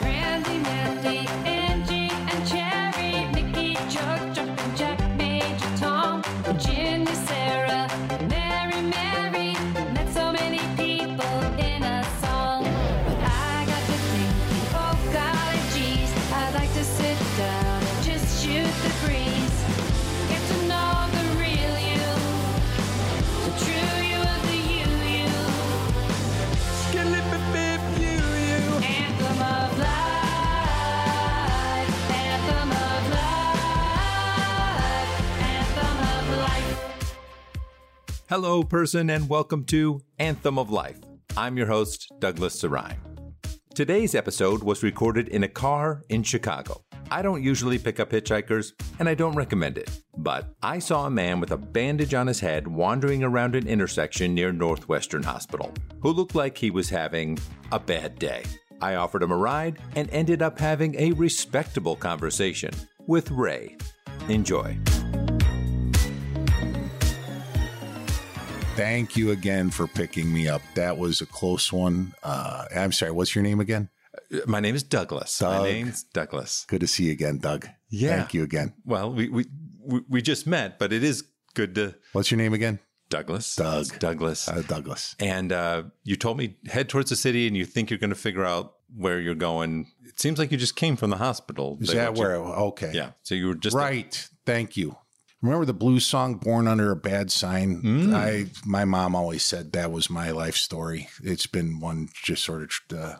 Andy, Mandy, Angie, and Cherry, Mickey, Chuck, Chuck, and Jack, Major, Tom, Virginia, Sarah, Mary, Mary. Met so many people in a song. But I got to thinking, oh golly geez, I'd like to sit down and just shoot the breeze. Get to know the real you, the true you of the you, you. Anthem of life, anthem of life, anthem of life. Hello, person, and welcome to Anthem of Life. I'm your host, Douglas Sarai. Today's episode was recorded in a car in Chicago. I don't usually pick up hitchhikers, and I don't recommend it, but I saw a man with a bandage on his head wandering around an intersection near Northwestern Hospital who looked like he was having a bad day. I offered him a ride and ended up having a respectable conversation with Ray. Enjoy. Thank you again for picking me up. That was a close one. Uh, I'm sorry. What's your name again? My name is Douglas. Uh, Doug. My name's Douglas. Good to see you again, Doug. Yeah. Thank you again. Well, we we we- we just met, but it is good to What's your name again? Douglas. Doug. It's Douglas. Uh, Douglas. and uh, you told me head towards the city, and you think you're going to figure out where you're going. It seems like you just came from the hospital. Is They that let you- where? Okay. yeah. So you were just Right. Thank you. Remember the blues song "Born Under a Bad Sign"? Mm. I my mom always said that was my life story. It's been one just sort of. Uh,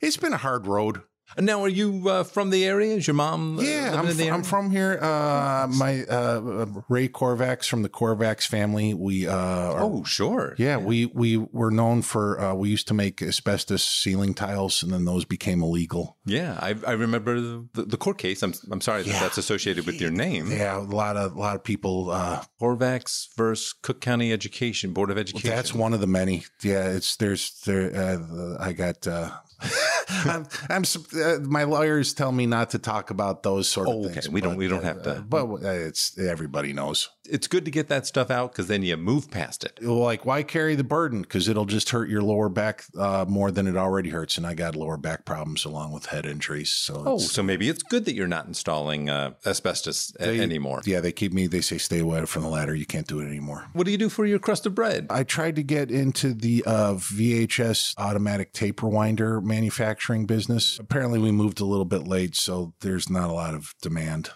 it's been a hard road. Now, are you uh, from the area? Is your mom? uh, Yeah, living I'm, in the fr- area? I'm from here. Uh, my uh, Ray Korvacs from the Korvacs family. We uh, are Oh, sure. Yeah, we we were known for uh, we used to make asbestos ceiling tiles, and then those became illegal. Yeah. I, I remember the, the, court case. I'm I'm sorry that that's associated with your name. Yeah, a lot of a lot of people. Uh, Horvax versus Cook County Education Board of Education. that's one of the many. Yeah, it's there's there. Uh, I got. Uh, I'm, I'm sup- uh, my lawyers tell me not to talk about those sort of Oh, Okay, things. we don't- we don't uh, have to- But uh, it's everybody knows. It's good to get that stuff out because then you move past it. Like, why carry the burden? Because it'll just hurt your lower back uh, more than it already hurts. And I got lower back problems along with head injuries. So Oh, it's- so maybe it's good that you're not installing uh, asbestos a- They- anymore. Yeah, they keep me. They say stay away from the ladder. You can't do it anymore. What do you do for your crust of bread? I tried to get into the uh, VHS automatic tape rewinder manufacturing business. Apparently, we moved a little bit late, so there's not a lot of demand.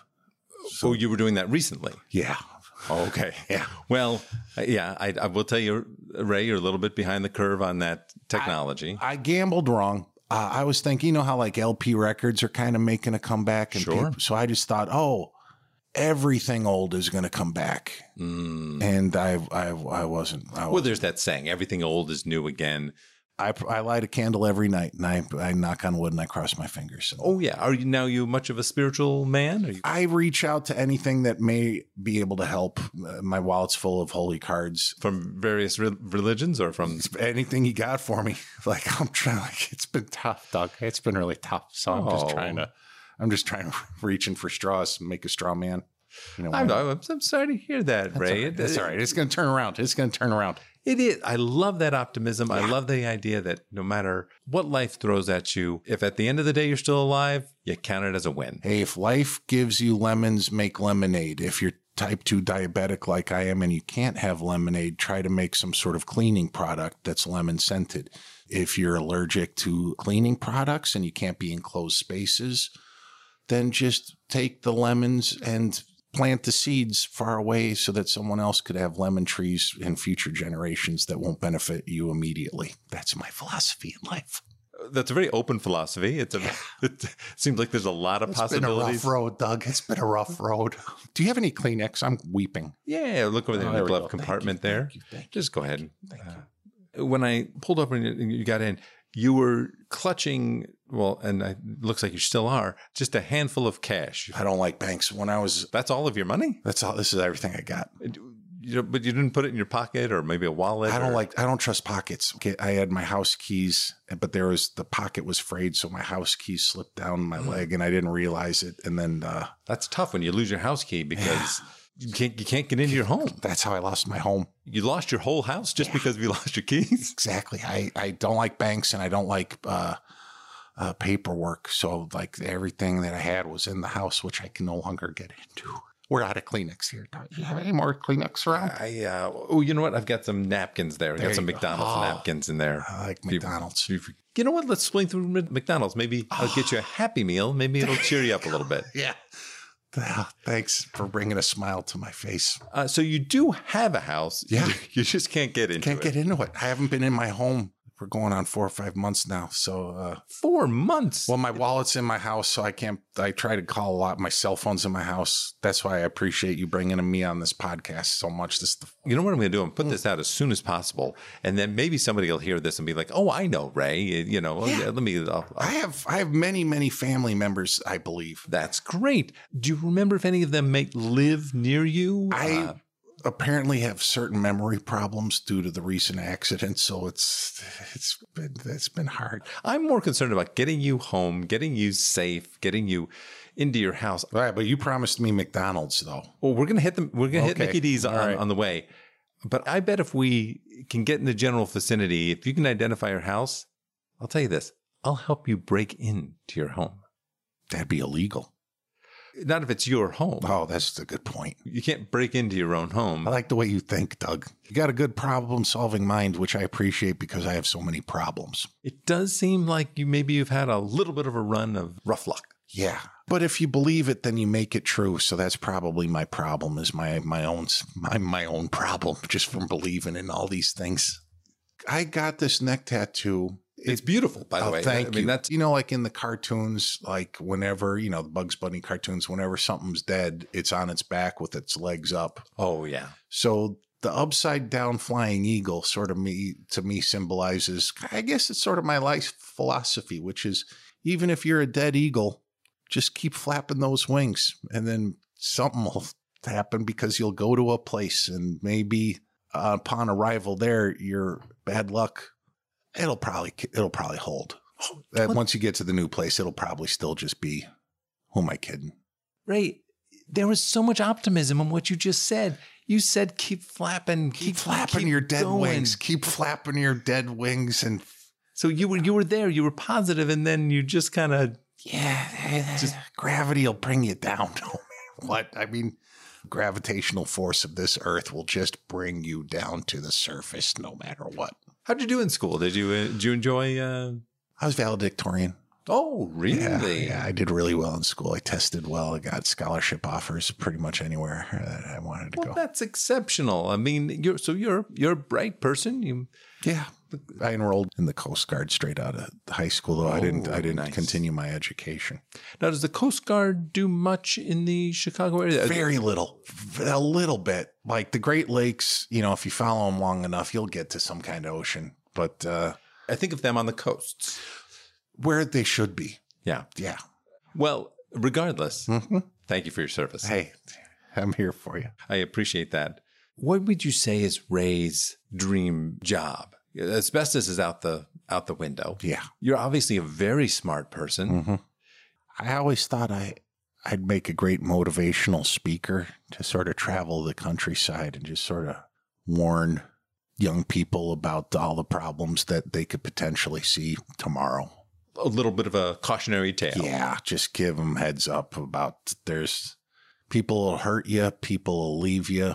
oh, you were doing that recently. Yeah, Oh, Okay. Yeah. Well, uh, yeah, I, I will tell you, Ray, you're a little bit behind the curve on that technology. I gambled wrong. Uh, I was thinking, you know how like LP records are kind of making a comeback, and Sure. people- so I just thought, oh, everything old is going to come back, and I, I, I wasn't. I well, there's that saying, everything old is new again. I, I light a candle every night and I, I knock on wood and I cross my fingers. Oh, yeah. Are you now you much of a spiritual man? Are you, I reach out to anything that may be able to help. Uh, My wallet's full of holy cards. from various re- religions or from? Anything you got for me? Like I'm trying. Like it's been tough, Doug. It's been really tough. So I'm just Oh. trying to. I'm just trying to reaching for straws and make a straw man. You know, I'm, I'm, I'm sorry to hear that, Ray. It- that's all right. It's going to turn around. It's going to turn around. It is. I love that optimism. I love the idea that no matter what life throws at you, if at the end of the day you're still alive, you count it as a win. Hey, if life gives you lemons, make lemonade. If you're type 2 diabetic like I am and you can't have lemonade, try to make some sort of cleaning product that's lemon scented. If you're allergic to cleaning products and you can't be in closed spaces, then just take the lemons and plant the seeds far away so that someone else could have lemon trees in future generations that won't benefit you immediately. That's my philosophy in life. That's a very open philosophy. It's a, it seems like there's a lot of It's been a rough possibilities. road, Doug. It's been a rough road. Do you have any Kleenex? I'm weeping. Yeah, look over there Oh, in there the we glove go. Thank compartment there. you, thank you, Just go ahead. Uh, when I pulled over and you- and you got in, you were clutching, well, and I, looks like you still are, just a handful of cash. I don't like banks. When I was, That's all of your money? that's all. This is everything I got. You know, but you didn't put it in your pocket or maybe a wallet? I don't or- like. I don't trust pockets. Okay, I had my house keys, but there was the pocket was frayed, so my house keys slipped down my leg, and I didn't realize it. And then uh, That's tough when you lose your house key because you can't you can't get into your home. that's how I lost my home. You lost your whole house just because you lost your keys. Exactly. I I don't like banks, and I don't like. Uh, uh, paperwork. So, like, everything that I had was in the house, which I can no longer get into. We're out of Kleenex here. Do you have any more Kleenex around? I uh, oh, you know what? I've got some napkins there. I've There got some you go. McDonald's Oh. napkins in there. I like You- McDonald's. You know what? Let's swing through Mc- McDonald's. Maybe I'll get you a Happy Meal. Maybe it'll cheer you up a little bit. Yeah. Thanks for bringing a smile to my face. Uh, so you do have a house. Yeah. you just can't get into Can't it. get into it. I haven't been in my home. We're going on four or five months now. So, uh, Four months. well, my wallet's in my house, so I can't. I try to call a lot. My cell phone's in my house. That's why I appreciate you bringing me on this podcast so much. This is the you know what I'm going to do? I'm Mm. put this out as soon as possible, and then maybe somebody will hear this and be like, "Oh, I know Ray." You know, "Oh, Yeah. let me. I'll, I'll- I have I have many many family members. I believe That's great. Do you remember if any of them make live near you? I Uh, apparently have certain memory problems due to the recent accident. So it's it's been it's been hard. I'm more concerned about getting you home, getting you safe, getting you into your house. All right, but you promised me McDonald's though. Well, we're gonna hit them. We're gonna hit Okay. Mickey D's on, All right. on the way. But I bet if we can get in the general vicinity, if you can identify your house, I'll tell you this: I'll help you break into your home. That'd be illegal. Not if it's your home. Oh, that's a good point. You can't break into your own home. I like the way you think, Doug. You got a good problem solving mind, which I appreciate because I have so many problems. It does seem like you maybe you've had a little bit of a run of rough luck. Yeah. But if you believe it, then you make it true. So that's probably my problem is my my own my my own problem just from believing in all these things. I got this neck tattoo. It's beautiful, by the Oh, way. thank I mean, you. That's you know, like in the cartoons, like whenever you know the Bugs Bunny cartoons, whenever something's dead, it's on its back with its legs up. oh yeah. So the upside down flying eagle sort of me to me symbolizes I guess it's sort of my life philosophy, which is even if you're a dead eagle, just keep flapping those wings and then something will happen because you'll go to a place and maybe uh, upon arrival there your bad luck it'll probably it'll probably hold. That once you get to the new place it'll probably still just be who am I kidding? Ray, there was so much optimism in what you just said. You said keep flapping, keep, Keep, flapping keep your dead going." wings. Keep flapping your dead wings and So you were you were there, you were positive, and then you just kind of Yeah, just gravity will bring you down. No matter what I mean, gravitational force of this Earth will just bring you down to the surface, no matter what. how'd you do in school? Did you uh, did you enjoy? Uh, I was valedictorian. oh, Yeah, really? yeah, I did really well in school. I tested well. I got scholarship offers pretty much anywhere that I wanted to Well, go. that's exceptional. I mean, you're so you're you're a bright person. You Yeah, I enrolled in the Coast Guard straight out of high school. Though I didn't, Oh, I didn't nice. continue my education. now does the Coast Guard do much in the Chicago area? Very little, Uh, a little bit. Like the Great Lakes, you know, if you follow them long enough, you'll get to some kind of ocean. But uh, I think of them on the coasts. where they should be. Yeah. Yeah. Well, regardless, Mhm. thank you for your service. Hey, I'm here for you. I appreciate that. What would you say is Ray's dream job? Asbestos is out the out the window. Yeah. You're obviously a very smart person. I always thought I I'd make a great motivational speaker to sort of travel the countryside and just sort of warn young people about all the problems that they could potentially see tomorrow. A little bit of a cautionary tale. Yeah, just give them heads up about there's people will hurt you, people will leave you,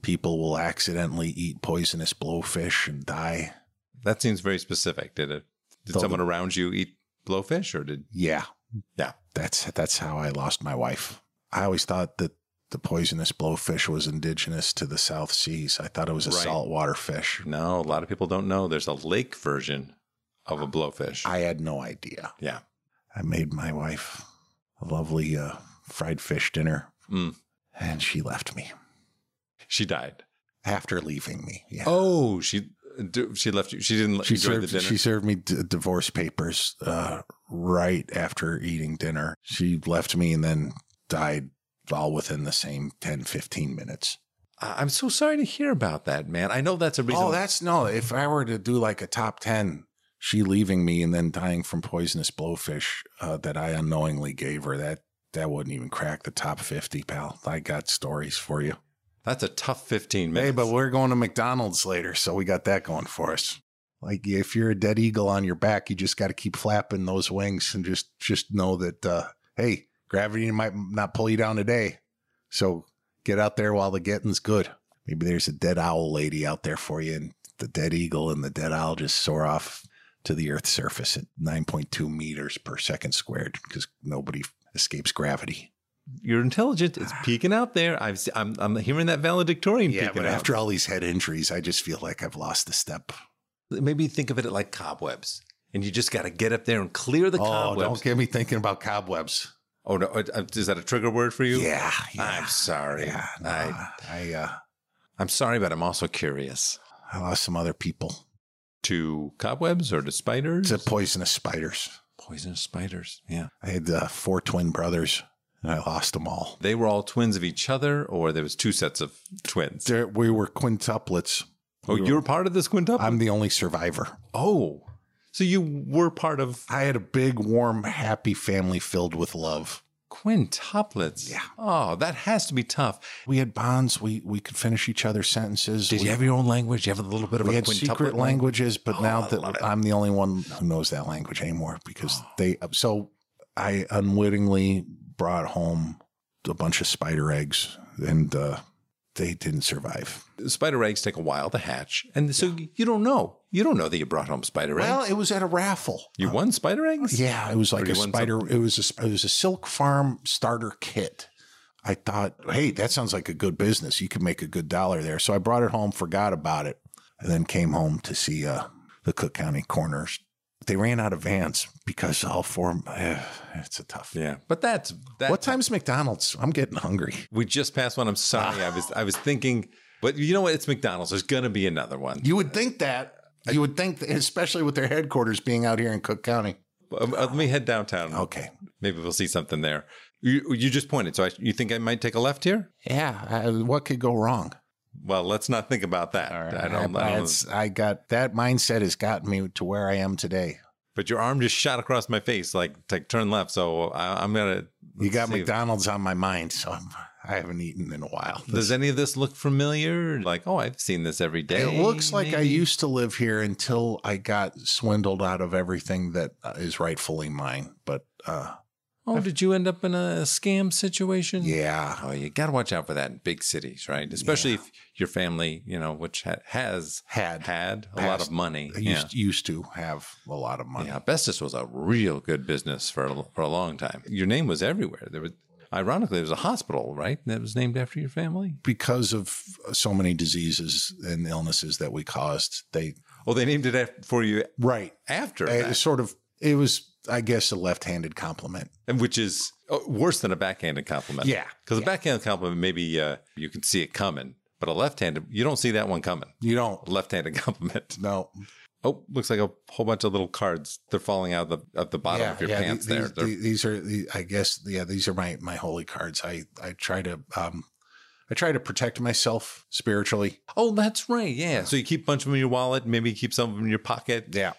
people will accidentally eat poisonous blowfish and die. That seems very specific. Did it? Did Told someone around you eat blowfish, or did? Yeah. Yeah. That's that's how I lost my wife. I always thought that the poisonous blowfish was indigenous to the South Seas. I thought it was a Right. saltwater fish. No, a lot of people don't know. There's a lake version of a blowfish. I had no idea. yeah. I made my wife a lovely uh, fried fish dinner Mm. and she left me She died. after leaving me. Yeah. Oh, she d- she left you. She didn't She enjoy served, the dinner. she served me d- divorce papers uh, right after eating dinner. She left me and then died all within the same 10, 15 minutes. I- I'm so sorry to hear about that, man. I know that's a reason. Oh, that's no. If I were to do like a top 10, she leaving me and then dying from poisonous blowfish uh, that I unknowingly gave her, that that wouldn't even crack the top 50, pal. I got stories for you. that's a tough 15 minutes. Hey, but we're going to McDonald's later, so we got that going for us. Like if you're a dead eagle on your back, you just got to keep flapping those wings and just just know that uh, hey, gravity might not pull you down today. So get out there while the getting's good. Maybe there's a dead owl lady out there for you, and the dead eagle and the dead owl just soar off to the Earth's surface at 9.2 meters per second squared because nobody escapes gravity. You're intelligent. It's peeking out there. I've, se- I'm, I'm hearing that valedictorian Yeah, peeking but out. after all these head injuries, I just feel like I've lost a step. Maybe think of it like cobwebs. And you just got to get up there and clear the oh, cobwebs. don't get me thinking about cobwebs. Oh, no. uh, Is that a trigger word for you? yeah, I'm yeah, sorry. yeah. no, I, I uh, I'm sorry, but I'm also curious. I lost some other people To cobwebs or to spiders? to poisonous spiders. poisonous spiders. Yeah. I had uh, four twin brothers, and I lost them all. They were all twins of each other, or there was two sets of twins. There, we were quintuplets. oh, you're part of this quintuple. I'm the only survivor. oh, so you were part of I had a big, warm, happy family filled with love. quintuplets. Yeah. Oh, that has to be tough. We had bonds. We we could finish each other's sentences. Did we, you have your own language? You have a little bit of we a had quintuplet secret language? languages, but Oh, now I love that it. I'm the only one who knows that language anymore because they. So I unwittingly brought home a bunch of spider eggs, and uh, they didn't survive. Spider eggs take a while to hatch, and so you don't know. You don't know that you brought home spider eggs. Well, it was at a raffle. you won spider eggs. Yeah, it was like you a won spider. It was a sp- it was a silk farm starter kit. I thought, hey, that sounds like a good business. You could make a good dollar there. So I brought it home, forgot about it, and then came home to see uh, the Cook County Corners. They ran out of vans because all four. eh, it's a tough. Yeah, but that's that. What time's McDonald's? I'm getting hungry. We just passed one. I'm sorry. I was I was thinking, but you know what? It's McDonald's. There's gonna be another one. You would think that. You would think, that, especially with their headquarters being out here in Cook County. Um, uh, let me head downtown. Okay. Maybe we'll see something there. You, you just pointed. So I, you think I might take a left here? Yeah. I, what could go wrong? Well, let's not think about that. I don't I, know. it's- I got that mindset has gotten me to where I am today. But your arm just shot across my face, like, like turn left. So I, I'm going to. You got McDonald's on my mind, so I'm, I haven't eaten in a while. Does any of this look familiar? Like, oh, I've seen this every day. it looks like I maybe? used to live here until I got swindled out of everything that uh, is rightfully mine. But uh, Oh, did you end up in a scam situation? yeah, Oh, you got to watch out for that in big cities, right? Especially if your family, you know, which ha- has Had. had a lot Passed. of money. I used, used to have a lot of money. Yeah, Asbestos was a real good business for a, for a long time. Your name was everywhere. There was, ironically, there was a hospital, right, that was named after your family. Because of uh, so many diseases and illnesses that we caused, they Oh, they named it af- for you right after, it that, sort of it was, I guess, a left-handed compliment. and which is uh, worse than a backhanded compliment. Yeah, because a backhanded compliment maybe uh, you can see it coming, but a left-handed you don't see that one coming. You don't A left-handed compliment. no Oh, looks like a whole bunch of little cards. They're falling out of the of the bottom of your the- pants. these, there, They're- the- these are, the, I guess, yeah, these are my my holy cards. I I try to um, I try to protect myself spiritually. Oh, that's right. Yeah. So you keep a bunch of them in your wallet, maybe you keep some of them in your pocket. Yeah.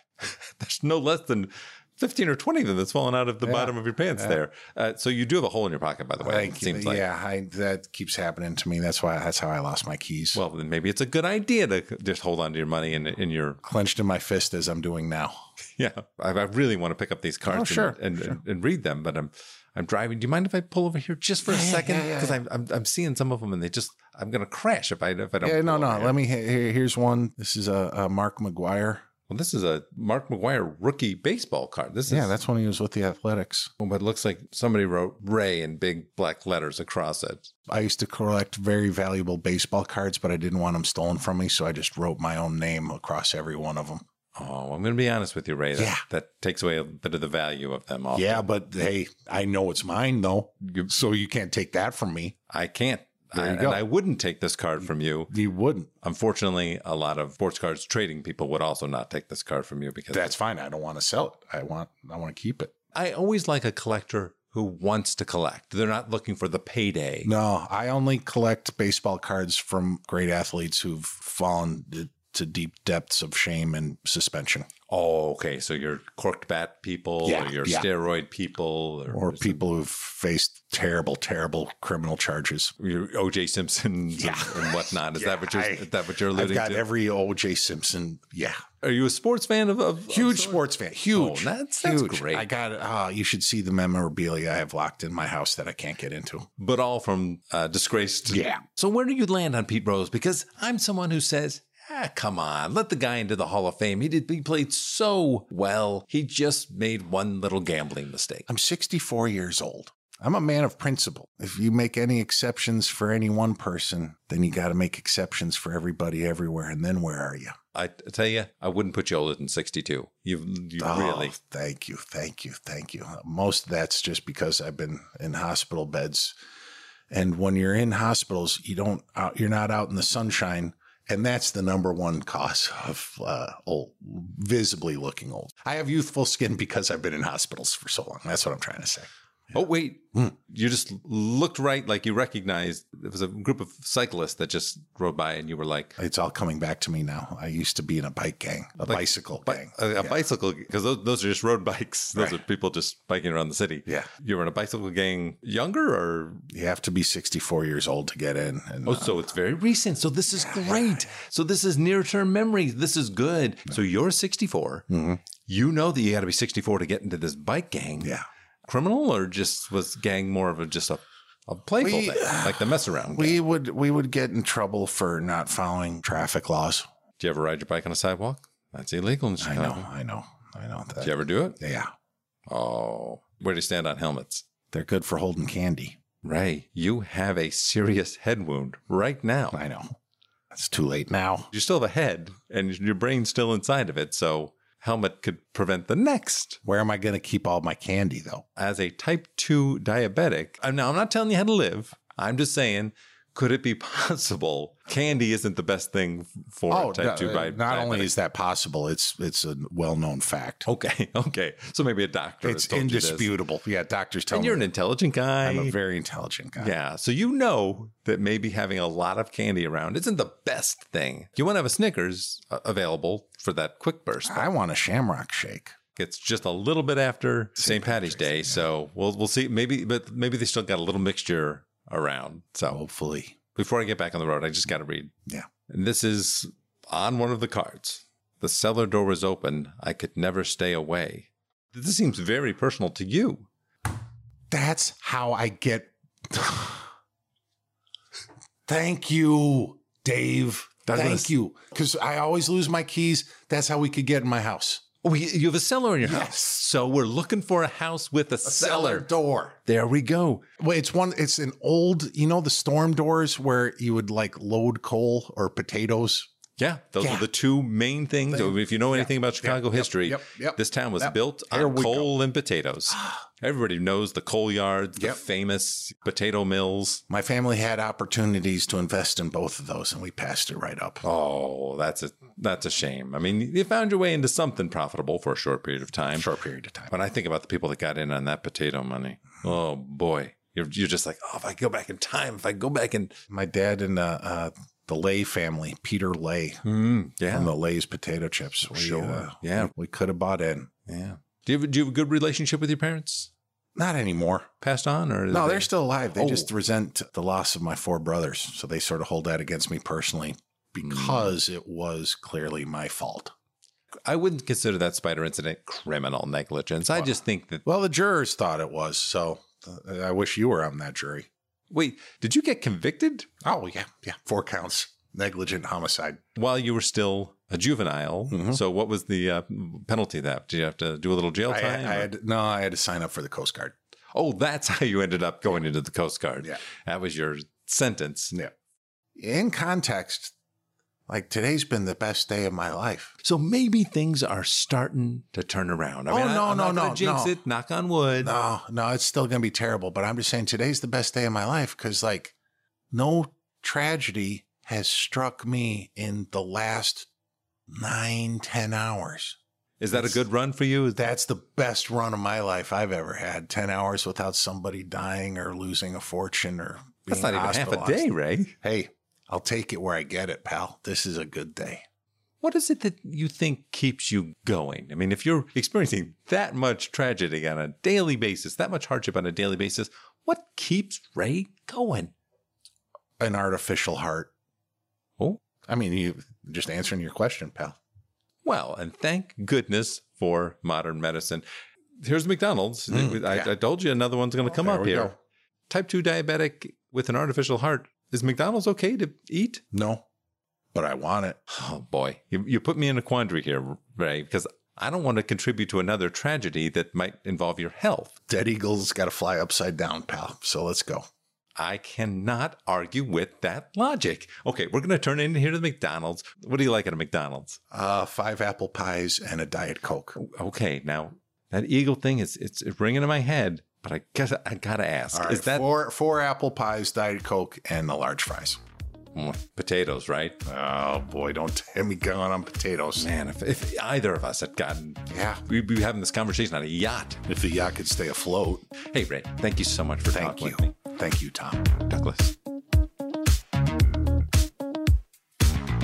There's no less than 15 or 20 of them that's fallen out of the Yeah. bottom of your pants there. Uh, so you do have a hole in your pocket, by the way. Thank it you. seems like. yeah, I, that keeps happening to me. That's why that's how I lost my keys. Well, then maybe it's a good idea to just hold on to your money and in, your. Clenched in my fist as I'm doing now. Yeah. I, I really want to pick up these cards Oh, sure, and, and, and, read them, but I'm. I'm driving. Do you mind if I pull over here just for a Yeah, yeah, second? yeah, yeah, Because I'm, I'm I'm seeing some of them and they just I'm gonna crash if I if I don't. Yeah, no, pull over no. here. Let me. Here, here's one. This is a, a Mark McGuire. Well, this is a Mark McGuire rookie baseball card. This Yeah, is that's when he was with the Athletics. Well, but it looks like somebody wrote Ray in big black letters across it. I used to collect very valuable baseball cards, but I didn't want them stolen from me, so I just wrote my own name across every one of them. Oh, I'm going to be honest with you, Ray. That, Yeah. that takes away a bit of the value of them. Often. Yeah, but hey, I know it's mine though, so you can't take that from me. I can't. There I, you go. And I wouldn't take this card from you. You wouldn't. Unfortunately, a lot of sports cards trading people would also not take this card from you because That's fine. I don't want to sell it. I want. I want to keep it. I always like a collector who wants to collect. They're not looking for the payday. No, I only collect baseball cards from great athletes who've fallen to deep depths of shame and suspension. Oh, okay. So you're corked bat people, Yeah, or you're yeah. steroid people, or, or people who've faced terrible, terrible criminal charges. your OJ Simpson Yeah. and, and whatnot. Is that what you're Yeah, I- is that what you're I've alluding got to? every OJ Simpson. Yeah, Are you a sports fan of, of of huge sorts? sports fan. Huge. Oh, that's- that's Huge. great. I got. Uh, you should see the memorabilia I have locked in my house that I can't get into. but all from uh, disgraced. Yeah. So where do you land on Pete Rose? Because I'm someone who says, ah, come on, let the guy into the Hall of Fame. He did. He played so well. He just made one little gambling mistake. I'm 64 years old. I'm a man of principle. If you make any exceptions for any one person, then you got to make exceptions for everybody everywhere. And then where are you? I tell you, I wouldn't put you older than 62. You've you Oh, really. Thank you. Thank you. Thank you. Most of that's just because I've been in hospital beds. And when you're in hospitals, you don't, out, you're not out in the sunshine. And that's the number one cause of uh, old, visibly looking old. I have youthful skin because I've been in hospitals for so long. That's what I'm trying to say. Oh wait, Hmm. you just looked right, like you recognized there was a group of cyclists that just rode by, and you were like. It's all coming back to me now. I used to be in a bike gang, a Like, bicycle bi- gang. a, a bicycle because those, those are just road bikes. Those Right. are people just biking around the city. Yeah. you were in a bicycle gang younger or You have to be 64 years old to get in. And, Oh, uh, so it's very recent. So this is great. So this is near term memory. This is good. So you're 64. You know that you got to be 64 to get into this bike gang. yeah. Criminal or just was gang more of a just a, a playful We- thing, like the mess around? gang? We would we would get in trouble for not following traffic laws. Do you ever ride your bike on a sidewalk? That's illegal in I Chicago. know, I know, I know Uh-huh. Did you that. ever do it? Yeah, Oh, where do you stand on helmets? they're good for holding candy. Ray, you have a serious head wound right now. I know. It's too late now. You still have a head and your brain's still inside of it. So helmet could prevent the next Where am I going to keep all my candy though? as a type 2 diabetic, I'm, now I'm not telling you how to live. I'm just saying, could it be possible candy isn't the best thing for a type no, 2 uh, di- not diabetic? only is that possible, it's it's a well known fact. Okay, okay. So maybe a doctor. has it's told you this. indisputable. Yeah, doctors tell And you're an me intelligent guy. I'm a very intelligent guy. yeah, so you know that maybe having a lot of candy around isn't the best thing. You want to have a Snickers uh, available for that quick burst. I want a Shamrock Shake. It's just a little bit after St. Patty's Day, so we'll we'll see. Maybe, but maybe they still got a little mixture around. So Hopefully, before I get back on the road, I just got to read. Yeah. And this is on one of the cards. The cellar door was open. I could never stay away. This seems very personal to you. That's how I get. Thank you, Dave. Douglas. Thank you. Because I always lose my keys. That's how we could get in my house. Oh, you you have a cellar in your house. Yes. So we're looking for a house with a, cellar. door. There we go. Well, it's one. It's an old. You know the storm doors where you would like load coal or potatoes. Yeah, those Yeah. are the two main things. Thing. If you know anything about Chicago history, yep, yep. this town was Yep. built There on we go. coal and potatoes. Everybody knows the coal yards, the Yep. famous potato mills. My family had opportunities to invest in both of those, and we passed it right up. Oh, that's a that's a shame. I mean, you found your way into something profitable for a short period of time. Short period of time. When I think about the people that got in on that potato money, oh boy, you're you're just like, oh, if I go back in time, if I go back in, My dad and uh, uh, the Lay family, Peter Lay, mm, yeah, and the Lay's potato chips. We, Sure. uh, Yeah. we could have bought in. yeah. Do you have, do you have a good relationship with your parents? Not anymore. Passed on or No, they're still alive. They Oh. just resent the loss of my four brothers. So they sort of hold that against me personally because it was clearly my fault. I wouldn't consider that spider incident criminal negligence. I just think that. Well, the jurors thought it was. So uh, I wish you were on that jury. Wait, did you get convicted Oh, yeah. Yeah. Four counts. Negligent homicide. while you were still a juvenile? Mm-hmm. So what was the uh, penalty? That did you have to do a little jail I, time? I or- had, no, I had to sign up for the Coast Guard. Oh, that's how you ended up going into the Coast Guard. Yeah. That was your sentence. Yeah. In context, like today's been the best day of my life. So maybe things are starting to turn around. I Oh, mean, no, I, I'm no, not gonna no, jinx no. it. Knock on wood. No, no, it's still going to be terrible. But I'm just saying today's the best day of my life because, like, no tragedy has struck me in the last nine, ten hours. Is that a good run for you? Is that- That's the best run of my life I've ever had. 10 hours without somebody dying or losing a fortune or that's being not even half a hospitalized. day, Ray. Hey, I'll take it where I get it, pal. This is a good day. What is it that you think keeps you going? I mean, if you're experiencing that much tragedy on a daily basis, that much hardship on a daily basis, what keeps Ray going? An artificial heart. Oh, I mean, you just answering your question, pal. well, and thank goodness for modern medicine. Here's McDonald's. I, I told you another one's going to come Hmm, There up we here. go. Type 2 diabetic with an artificial heart. Is McDonald's okay to eat? No, but I want it. Oh boy, you, you put me in a quandary here, Ray, because I don't want to contribute to another tragedy that might involve your health. Dead eagle's got to fly upside down, pal. So let's go. I cannot argue with that logic. Okay, we're going to turn in here to the McDonald's. What do you like at a McDonald's? Uh, five apple pies and a diet coke. Okay, now that eagle thing is it's ringing in my head, but I guess I gotta ask: All right, Is that four four apple pies, diet coke, and the large fries? Mm, potatoes, right? Oh boy, don't have me going on potatoes. Man, if, if either of us had gotten, Yeah, we'd be having this conversation on a yacht. if the yacht could stay afloat. Hey, Ray, thank you so much for Thank talking you, with me, thank you, Tom. Douglas.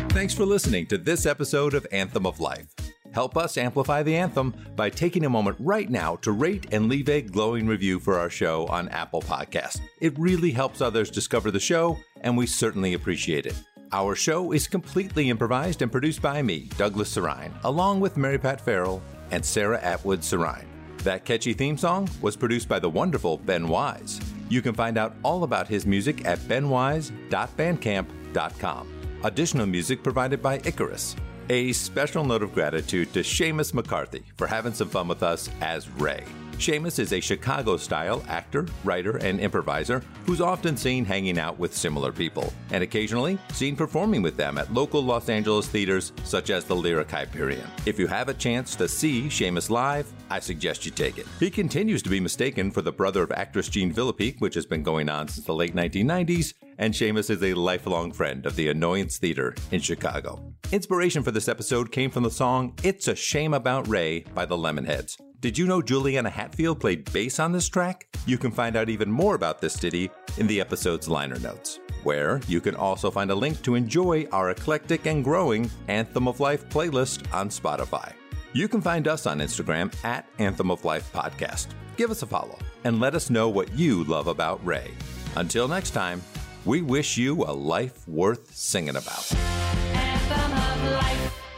Thanks for listening to this episode of Anthem of Life. Help us amplify the anthem by taking a moment right now to rate and leave a glowing review for our show on Apple Podcasts. It really helps others discover the show, and we certainly appreciate it. Our show is completely improvised and produced by me, Douglas Serine, along with Mary Pat Farrell and Sarah Atwood Serine. That catchy theme song was produced by the wonderful Ben Wise. You can find out all about his music at benwise.bandcamp.com. Additional music provided by Icarus. A special note of gratitude to Seamus McCarthy for having some fun with us as Ray. Seamus is a Chicago style actor, writer, and improviser who's often seen hanging out with similar people and occasionally seen performing with them at local Los Angeles theaters such as the Lyric Hyperion. If you have a chance to see Seamus live, I suggest you take it. He continues to be mistaken for the brother of actress Jean Villapique, which has been going on since the late 1990s, and Seamus is a lifelong friend of the Annoyance Theater in Chicago. Inspiration for this episode came from the song It's a Shame About Ray by the Lemonheads. Did you know Juliana Hatfield played bass on this track? You can find out even more about this ditty in the episode's liner notes, where you can also find a link to enjoy our eclectic and growing Anthem of Life playlist on Spotify. You can find us on Instagram at Anthem of Life Podcast. Give us a follow and let us know what you love about Ray. Until next time, we wish you a life worth singing about. Anthem of life.